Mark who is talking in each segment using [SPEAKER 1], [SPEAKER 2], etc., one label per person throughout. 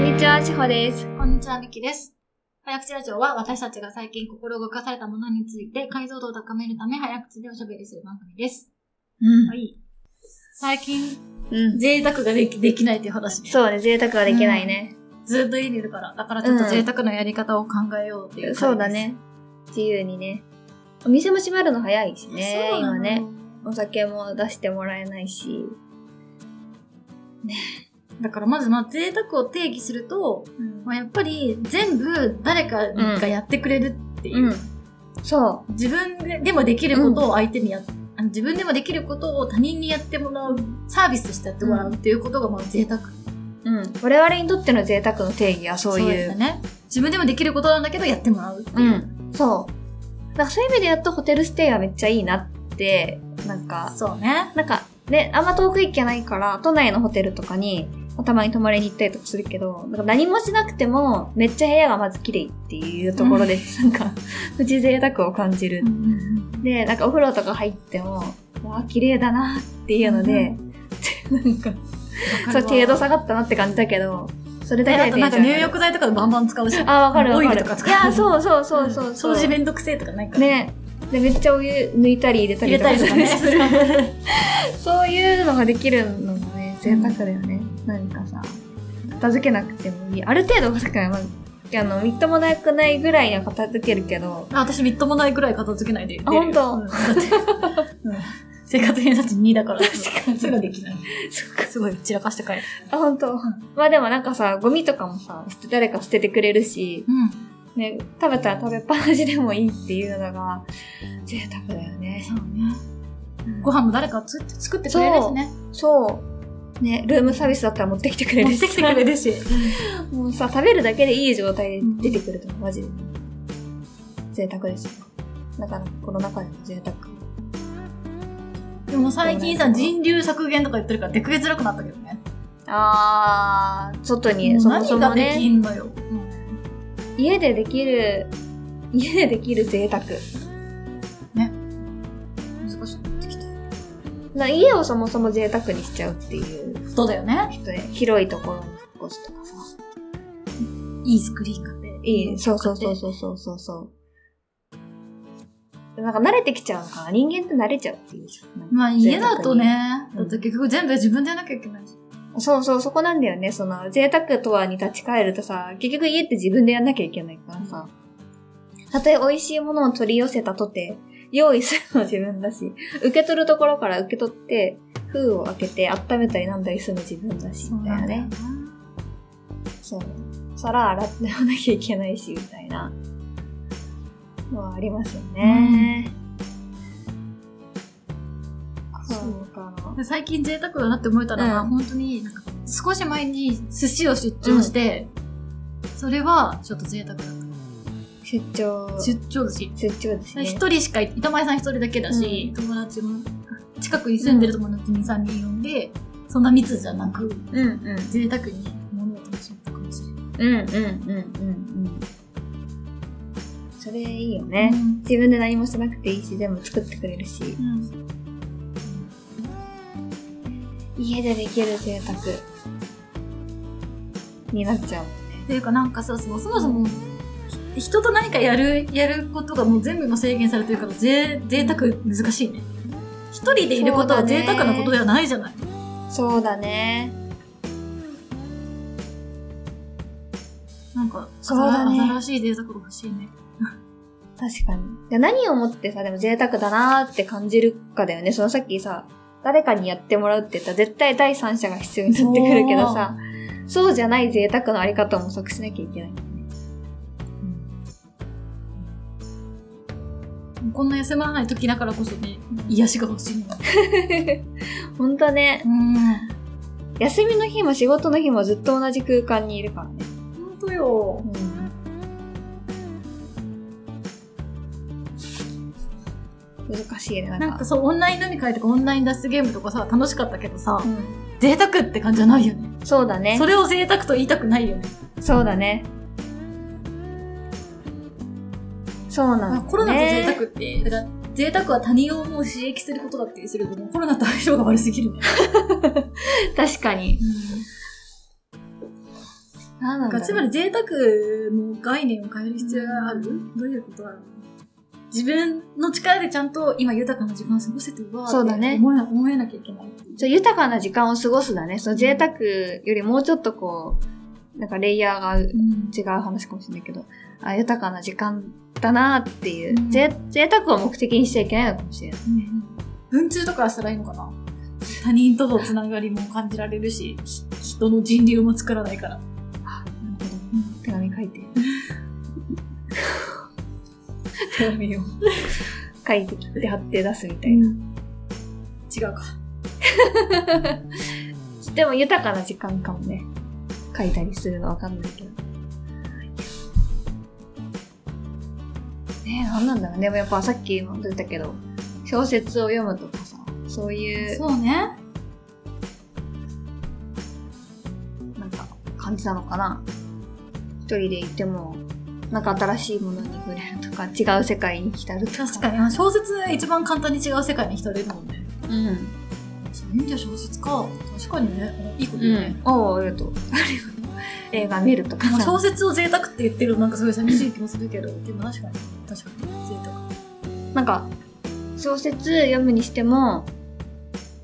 [SPEAKER 1] まです。
[SPEAKER 2] こんにちは、みきです。早口ラジオは私たちが最近心動かされたものについて解像度を高めるため早口でおしゃべりする番組です。
[SPEAKER 1] うん。
[SPEAKER 2] い。最近、
[SPEAKER 1] うん。
[SPEAKER 2] 贅沢ができできないっていう話ね。
[SPEAKER 1] そうね、贅沢はできないね。
[SPEAKER 2] ずっと家にいるから。だからちょっと贅沢なやり方を考えようっていう、
[SPEAKER 1] そうだ。ね。自由にね。お店も閉まるの早いしね、
[SPEAKER 2] そうな
[SPEAKER 1] 今
[SPEAKER 2] の
[SPEAKER 1] ね。。お酒も出してもらえないし。
[SPEAKER 2] だからまずまあ贅沢を定義すると、
[SPEAKER 1] うん
[SPEAKER 2] まあ、やっぱり全部誰かがやってくれるっていう。
[SPEAKER 1] うん。そ
[SPEAKER 2] 自分でもできることを相手にやっ、あの自分でもできることを他人にやってもらうサービスとしてやってもらうっていうことがまあ贅沢
[SPEAKER 1] う。うん。我々にとっての贅沢の定義はそうい
[SPEAKER 2] だ
[SPEAKER 1] う。
[SPEAKER 2] ね自分でもできることなんだけどやってもらうっていう、
[SPEAKER 1] うん。そう。だからそういう意味でやっとホテルステイはめっちゃいいなって、なんか、
[SPEAKER 2] そうね
[SPEAKER 1] なんか、ね、あんま遠く行けないから、都内のホテルとかに、たまに泊まりに行ったりとかするけど、なんか何もしなくても、めっちゃ部屋がまず綺麗っていうところで、なんか、プチ贅沢を感じる。で、なんかお風呂とか入っても、わあ、綺麗だなっていうので、なんか、そう、程度下がったなって感じだけど、それだ
[SPEAKER 2] だ
[SPEAKER 1] け
[SPEAKER 2] と
[SPEAKER 1] で
[SPEAKER 2] なんか入
[SPEAKER 1] ク
[SPEAKER 2] 浴剤とかバンバン使うし
[SPEAKER 1] あ、わかるわか
[SPEAKER 2] オイ
[SPEAKER 1] る。
[SPEAKER 2] ルとか使
[SPEAKER 1] いうや、そうそうそうそうそう。
[SPEAKER 2] 掃除めんどくせえとかないから
[SPEAKER 1] ね。で、めっちゃお湯抜いたり入れたり
[SPEAKER 2] 入れ
[SPEAKER 1] と
[SPEAKER 2] た
[SPEAKER 1] か
[SPEAKER 2] りとかね
[SPEAKER 1] する。そういうのができるのもね、贅沢だよね。なんかさ、片付けなくてもいい。ある程度片付けない。まあ、あの、みっともなくないぐらいには片付けるけど、
[SPEAKER 2] あ私みっともないぐらい片付けないで
[SPEAKER 1] あほんと
[SPEAKER 2] うんだってうん生活偏差値2だから すぐできない
[SPEAKER 1] そっか。
[SPEAKER 2] すごい散らかして帰る
[SPEAKER 1] あ、本当。まあでもなんかさ、ゴミとかもさ、捨て誰か捨ててくれるし、
[SPEAKER 2] うん
[SPEAKER 1] ね、食べたら食べっぱなしでもいいっていうのが、贅沢だよね。
[SPEAKER 2] そうね
[SPEAKER 1] うん
[SPEAKER 2] ご飯も誰かつ作ってくれるしね。
[SPEAKER 1] そう。ね、ルームサービスだったら持ってきてくれる
[SPEAKER 2] 持
[SPEAKER 1] し。
[SPEAKER 2] ってきてくれるし。
[SPEAKER 1] もうさ、食べるだけでいい状態で出てくると思う、マジで。贅沢ですよ。だから、この中でも贅沢。
[SPEAKER 2] でも最近さ、人流削減とか言ってるから出かけづらくなったけどね。
[SPEAKER 1] あー、外に、
[SPEAKER 2] もう
[SPEAKER 1] そもそも
[SPEAKER 2] 何ができ
[SPEAKER 1] ね、
[SPEAKER 2] んのよ。
[SPEAKER 1] 家でできる、家でできる贅沢。
[SPEAKER 2] 難しくなってきた。
[SPEAKER 1] な家をそもそも贅沢にしちゃうっていう
[SPEAKER 2] そうだよね。
[SPEAKER 1] 人で、広いところに引っ越すとかさ。
[SPEAKER 2] いいスクリーン買って。
[SPEAKER 1] いい、そうそうそう
[SPEAKER 2] う。
[SPEAKER 1] そうそうそうそう。なんか慣れてきちゃうのかな。人間って慣れちゃうっていうじゃんなんか。
[SPEAKER 2] まあ家だとね、
[SPEAKER 1] うん
[SPEAKER 2] だって結局全部自分でやらなきゃいけないし。
[SPEAKER 1] そうそう、そこなんだよね。その、贅沢とはに立ち返るとさ、結局家って自分でやんなきゃいけないからさ。たとえ美味しいものを取り寄せたとて、用意するのは自分だし、受け取るところから受け取って、封を開けて温めたりなんだりするの自分だし、みたいなね。そう。皿洗ってもなきゃいけないし、みたいな。のはありますよね。そうかな。
[SPEAKER 2] で最近贅沢だなって思えたのは、
[SPEAKER 1] うん
[SPEAKER 2] 本当に、なんか少し前に寿司を出張して、それはちょっと贅沢だっ
[SPEAKER 1] 出張
[SPEAKER 2] た。。出張寿司。
[SPEAKER 1] 出張ですね。
[SPEAKER 2] 一人しかい板前さん一人だけだし、友達も近くに住んでる友達に3人呼んで、そんな密じゃなく
[SPEAKER 1] うんうん。
[SPEAKER 2] 贅沢に物を楽しめたかもしれない
[SPEAKER 1] うんうんうんうんうん。それいいよね。
[SPEAKER 2] うん
[SPEAKER 1] 自分で何もしなくていいし、全部作ってくれるし。家でできる贅沢になっちゃう。
[SPEAKER 2] っていうかなんかさそもそもそもひ人と何かやるやることがもう全部今制限されてるからぜ贅沢難しいね一人でいることは
[SPEAKER 1] そうだね
[SPEAKER 2] 贅沢なことではないじゃない、
[SPEAKER 1] そうだね。
[SPEAKER 2] なんか
[SPEAKER 1] そうだね
[SPEAKER 2] 新しい贅沢が欲しいね
[SPEAKER 1] 確かに。じゃあ何をもってさ、でも贅沢だなーって感じるかだよね。そのさっきさ、誰かにやってもらうって言ったら絶対第三者が必要になってくるけどさ、そうじゃない贅沢のあり方を模索しなきゃいけない。
[SPEAKER 2] こんな休まらない時だからこそね癒しが欲しいの
[SPEAKER 1] ほんとね。
[SPEAKER 2] うん
[SPEAKER 1] 休みの日も仕事の日もずっと同じ空間にいるからね。
[SPEAKER 2] ほんとよ
[SPEAKER 1] 難しいね、なんか。
[SPEAKER 2] なんかそう、オンライン飲み会とかオンライン脱出ゲームとかさ、楽しかったけどさ、
[SPEAKER 1] うん
[SPEAKER 2] 贅沢って感じじゃないよね。
[SPEAKER 1] そうだね
[SPEAKER 2] そ。れを贅沢と言いたくないよね。
[SPEAKER 1] そうだね。そうなんだ、ね。
[SPEAKER 2] コロナと贅沢って、だから贅沢は他人をもう刺激することだってするけど、コロナと相性 が悪すぎるね。
[SPEAKER 1] 確かに。なんなんだろう
[SPEAKER 2] つまり贅沢の概念を変える必要がある、どういうことだろう自分の力でちゃんと今豊かな時間を過ごせてるわ
[SPEAKER 1] そう
[SPEAKER 2] っ
[SPEAKER 1] だね
[SPEAKER 2] て思えな,、思えなきゃいけない。
[SPEAKER 1] そう豊かな時間を過ごすだね。その贅沢よりもうちょっとこう、なんかレイヤーが違
[SPEAKER 2] うん
[SPEAKER 1] う話かもしれないけど、あ豊かな時間だなっていう、
[SPEAKER 2] うん
[SPEAKER 1] ぜ贅沢を目的にしちゃいけないのかもしれない。
[SPEAKER 2] 文通とかしたらいいのかな他人とのつながりも感じられるしひ人の人流も作らないから
[SPEAKER 1] 手紙書い て。手紙を書いてきて貼って出すみたいな。
[SPEAKER 2] 違うか
[SPEAKER 1] でも豊かな時間かもね。書いたりするのわかんないけど。ねえ、なんなんだろうね。でもやっぱさっきも出たけど、小説を読むとかさ、そういう、
[SPEAKER 2] そうね
[SPEAKER 1] なんか、感じなのかな。一人でいても、なんか新しいものに触れるとか、違う世界に浸るとか。
[SPEAKER 2] 確かにあ小説一番簡単に違う世界に浸れるもんね
[SPEAKER 1] うん。
[SPEAKER 2] そういう意味では小説か確かにねいいこと
[SPEAKER 1] う
[SPEAKER 2] 言うね、
[SPEAKER 1] ん。おう、ありがとう。映画見るとか
[SPEAKER 2] まあ
[SPEAKER 1] さ。
[SPEAKER 2] 小説を贅沢って言ってるのなんかすごい寂しい気もするけどでも確かに確かに贅沢
[SPEAKER 1] なんか、小説読むにしても、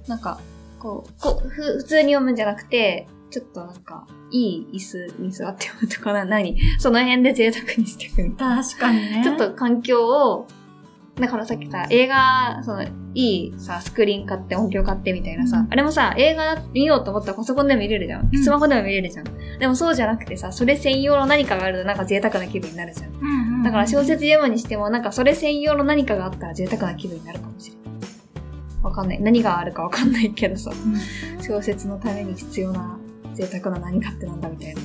[SPEAKER 1] なんか、こう、こうふ普通に読むんじゃなくて、ちょっとなんか、いい椅子に座って読むとかな、何その辺で贅沢にしていくみた
[SPEAKER 2] 確かにね
[SPEAKER 1] いな。ちょっと環境を、だからさっきさ、映画、その、いいさ、スクリーン買って音響買ってみたいなさ、
[SPEAKER 2] うん
[SPEAKER 1] あれもさ、映画見ようと思ったらパソコンでも見れるじゃん。
[SPEAKER 2] うん
[SPEAKER 1] スマホでも見れるじゃん。でもそうじゃなくてさ、それ専用の何かがあるとなんか贅沢な気分になるじゃん。
[SPEAKER 2] うんうん
[SPEAKER 1] だから小説読むにしても、なんかそれ専用の何かがあったら贅沢な気分になるかもしれない。わかんない。何があるかわかんないけどさ、小説のために必要な贅沢な何かってなんだみたいな。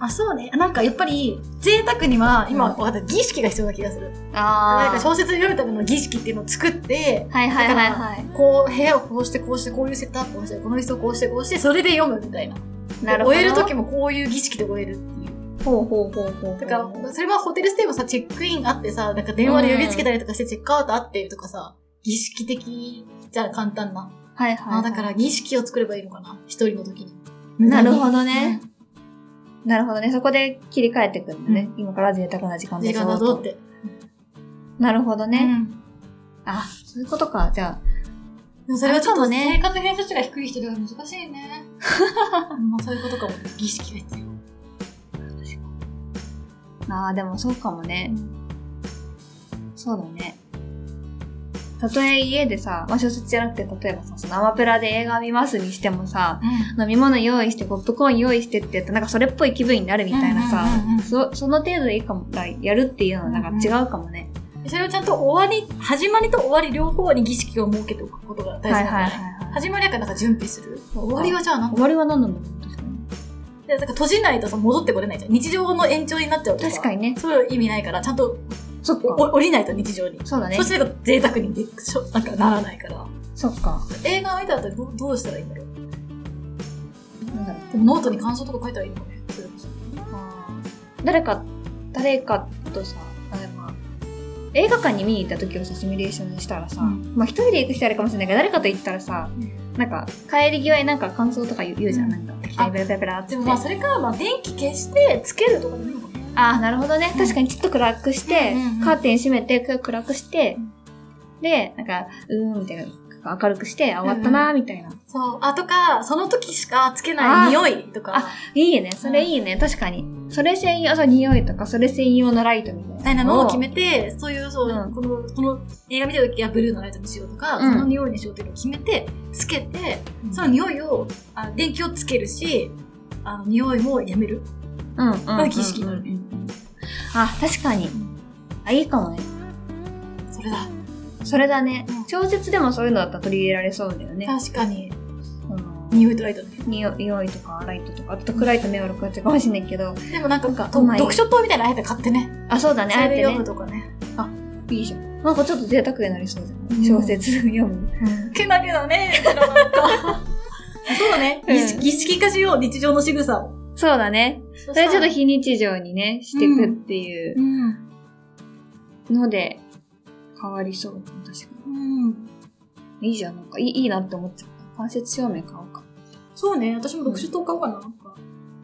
[SPEAKER 2] あそうねなんかやっぱり贅沢には今分かった儀式が必要な気がするなん
[SPEAKER 1] あ
[SPEAKER 2] か小説を読むための儀式っていうのを作って
[SPEAKER 1] はいはいはいは。
[SPEAKER 2] こう部屋をこうしてこうしてこういうセットアップをしてこの人をこうしてこうしてそれで読むみたいない
[SPEAKER 1] なるほど。
[SPEAKER 2] 終える時もこういう儀式で終えるっていう
[SPEAKER 1] ほうほうほうほう。
[SPEAKER 2] だからそれはホテルステイもさチェックインあってさなんか電話で呼びつけたりとかしてチェックアウトあってとかさ儀式的じゃ簡単な、
[SPEAKER 1] はいはい、はい。
[SPEAKER 2] あだから儀式を作ればいいのかな一人の時に
[SPEAKER 1] なるほどね。なるほどね。そこで切り替えてくるんだね。今から贅沢な時間で
[SPEAKER 2] 時
[SPEAKER 1] しょ
[SPEAKER 2] 間だぞっ。て
[SPEAKER 1] なるほどね、
[SPEAKER 2] うん
[SPEAKER 1] あ、そういうことか。じゃあ、
[SPEAKER 2] でもそれはちょっ
[SPEAKER 1] あ
[SPEAKER 2] と
[SPEAKER 1] とね
[SPEAKER 2] 生活偏差値が低い人では難し いね。まあそういうことかも。儀式が必要。
[SPEAKER 1] ああ、でもそうかもね。そうだね。たとえ家でさ、まあ、小説じゃなくて、例えばさ、そのアマプラで映画見ますにしてもさ、飲み物用意して、ポップコーン用意してってやったらなんかそれっぽい気分になるみたいなさ、
[SPEAKER 2] うんうんうんうん
[SPEAKER 1] そその程度でいいかも、らやるっていうのはなんか違うかもね。
[SPEAKER 2] それをちゃんと終わり、始まりと終わり両方に儀式を設けておくことが大事
[SPEAKER 1] は
[SPEAKER 2] ないんだね。
[SPEAKER 1] はいはいはい。
[SPEAKER 2] 始まりやからなんか準備する。終わりはじゃあなんか
[SPEAKER 1] 終わりは何なんだろう確かに。
[SPEAKER 2] でなんか閉じないとさ戻ってこれないじゃん。日常の延長になっちゃうとさ
[SPEAKER 1] 確かにね。
[SPEAKER 2] そういう意味ないから、ちゃんと
[SPEAKER 1] そっ
[SPEAKER 2] お
[SPEAKER 1] か。
[SPEAKER 2] お降りないと日常に。
[SPEAKER 1] そうだね
[SPEAKER 2] そ。してなんか贅沢にでしょなんかならないから。
[SPEAKER 1] そっか。
[SPEAKER 2] 映画見た後どうどうしたらいいんだろう。
[SPEAKER 1] なんだろう。
[SPEAKER 2] でもノートに感想とか書いたらいいのかね。それこそ。
[SPEAKER 1] あー誰か、誰かとさ、あでもまあ映画館に見に行った時をさ、シミュレーションしたらさ、
[SPEAKER 2] うん
[SPEAKER 1] まあ一人で行く人あるかもしれないけど、誰かと行ったらさ、
[SPEAKER 2] うん
[SPEAKER 1] なんか、帰り際になんか感想とか言う言うじゃん、
[SPEAKER 2] うん
[SPEAKER 1] なんか、適当にペラペラペラって。
[SPEAKER 2] でもまあそれからまあ電気消してつけるとかでもいいのかな。
[SPEAKER 1] ああ、なるほどね。
[SPEAKER 2] うん
[SPEAKER 1] 確かにちょっと暗くして、
[SPEAKER 2] うんうんうん
[SPEAKER 1] カーテン閉めて、く暗くして
[SPEAKER 2] うん、
[SPEAKER 1] で、なんか、うーん、みたいな。明るくして、あ、終わったなーみたいな。
[SPEAKER 2] そう。あ、とか、その時しかつけない匂いと
[SPEAKER 1] あ
[SPEAKER 2] か。
[SPEAKER 1] いいね、それいいね、確かに。それ専用、そう、匂いとか、それ専用のライトみ
[SPEAKER 2] み
[SPEAKER 1] た
[SPEAKER 2] た
[SPEAKER 1] い
[SPEAKER 2] い
[SPEAKER 1] な
[SPEAKER 2] な
[SPEAKER 1] の
[SPEAKER 2] の
[SPEAKER 1] を。
[SPEAKER 2] を決めて、そういう、そう、
[SPEAKER 1] うん
[SPEAKER 2] この、この映画見た時はブルーのライトにしようとか、
[SPEAKER 1] うん
[SPEAKER 2] その匂いにしようっていうのを決めて、つけて、
[SPEAKER 1] うん
[SPEAKER 2] その匂いを、あ電気をつけるし、あの、匂いもやめる。
[SPEAKER 1] うんうんうんうん
[SPEAKER 2] 儀式だね
[SPEAKER 1] あ、確かに。あ、いいかもね。
[SPEAKER 2] それだ。
[SPEAKER 1] それだね
[SPEAKER 2] うん。
[SPEAKER 1] 小説でもそういうのだったら取り入れられそうだよね。
[SPEAKER 2] 確かに、
[SPEAKER 1] その
[SPEAKER 2] 匂いとライトね。
[SPEAKER 1] 匂匂いとかライトとか、あと暗いと目悪くなっちゃうかもしれないけど。
[SPEAKER 2] でもなんか、と
[SPEAKER 1] うまい
[SPEAKER 2] 読書灯みたいなのあえて買ってね。
[SPEAKER 1] あ、そうだね。
[SPEAKER 2] そ
[SPEAKER 1] あ
[SPEAKER 2] れ
[SPEAKER 1] え
[SPEAKER 2] で
[SPEAKER 1] て
[SPEAKER 2] 読
[SPEAKER 1] ね
[SPEAKER 2] む。とかね。
[SPEAKER 1] いいじゃん。なんかちょっと贅沢になりそうじゃ
[SPEAKER 2] うん
[SPEAKER 1] ん。小説読む。
[SPEAKER 2] けなげだ ね、うちらなんかそうだね。
[SPEAKER 1] うん
[SPEAKER 2] 儀式儀式化しよう、日常の仕草を。
[SPEAKER 1] そうだね。
[SPEAKER 2] そ。
[SPEAKER 1] それちょっと非日常にね、していくっていううんので、変わりそうだね。確か
[SPEAKER 2] うん。
[SPEAKER 1] に。いいじゃん。なんかいいいいなって思っちゃった。間接照明買おうか。
[SPEAKER 2] そうね、私も読書灯買おうかな。なんか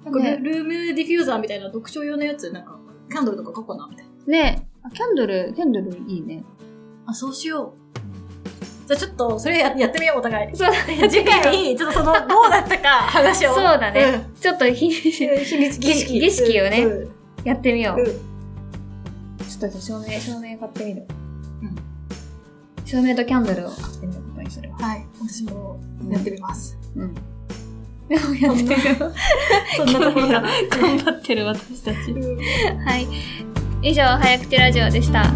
[SPEAKER 2] なんかル
[SPEAKER 1] ね
[SPEAKER 2] ルームディフューザーみたいな読書用のやつ、なんか、キャンドルとか書こうな、みたいな。
[SPEAKER 1] ねあキャンドル、キャンドルいいね。
[SPEAKER 2] あ、そうしよう。じゃあちょっと、それややってみよう、お互い。
[SPEAKER 1] そう、
[SPEAKER 2] 次回、ちょっとその、どうだったか話を。
[SPEAKER 1] そうだね。ちょっとひ
[SPEAKER 2] うん。秘密儀式。
[SPEAKER 1] 儀式をね
[SPEAKER 2] うん
[SPEAKER 1] やってみよう。
[SPEAKER 2] うん
[SPEAKER 1] ちょっとじゃあ照明、照明買ってみる。
[SPEAKER 2] うん
[SPEAKER 1] 照明とキャンドルを買ってみることにするわ。
[SPEAKER 2] はい。私もやってみます。
[SPEAKER 1] うん。でもやってる。
[SPEAKER 2] そんなところ だ。
[SPEAKER 1] 頑張ってる私たち。はい。以上、早口ラジオでした。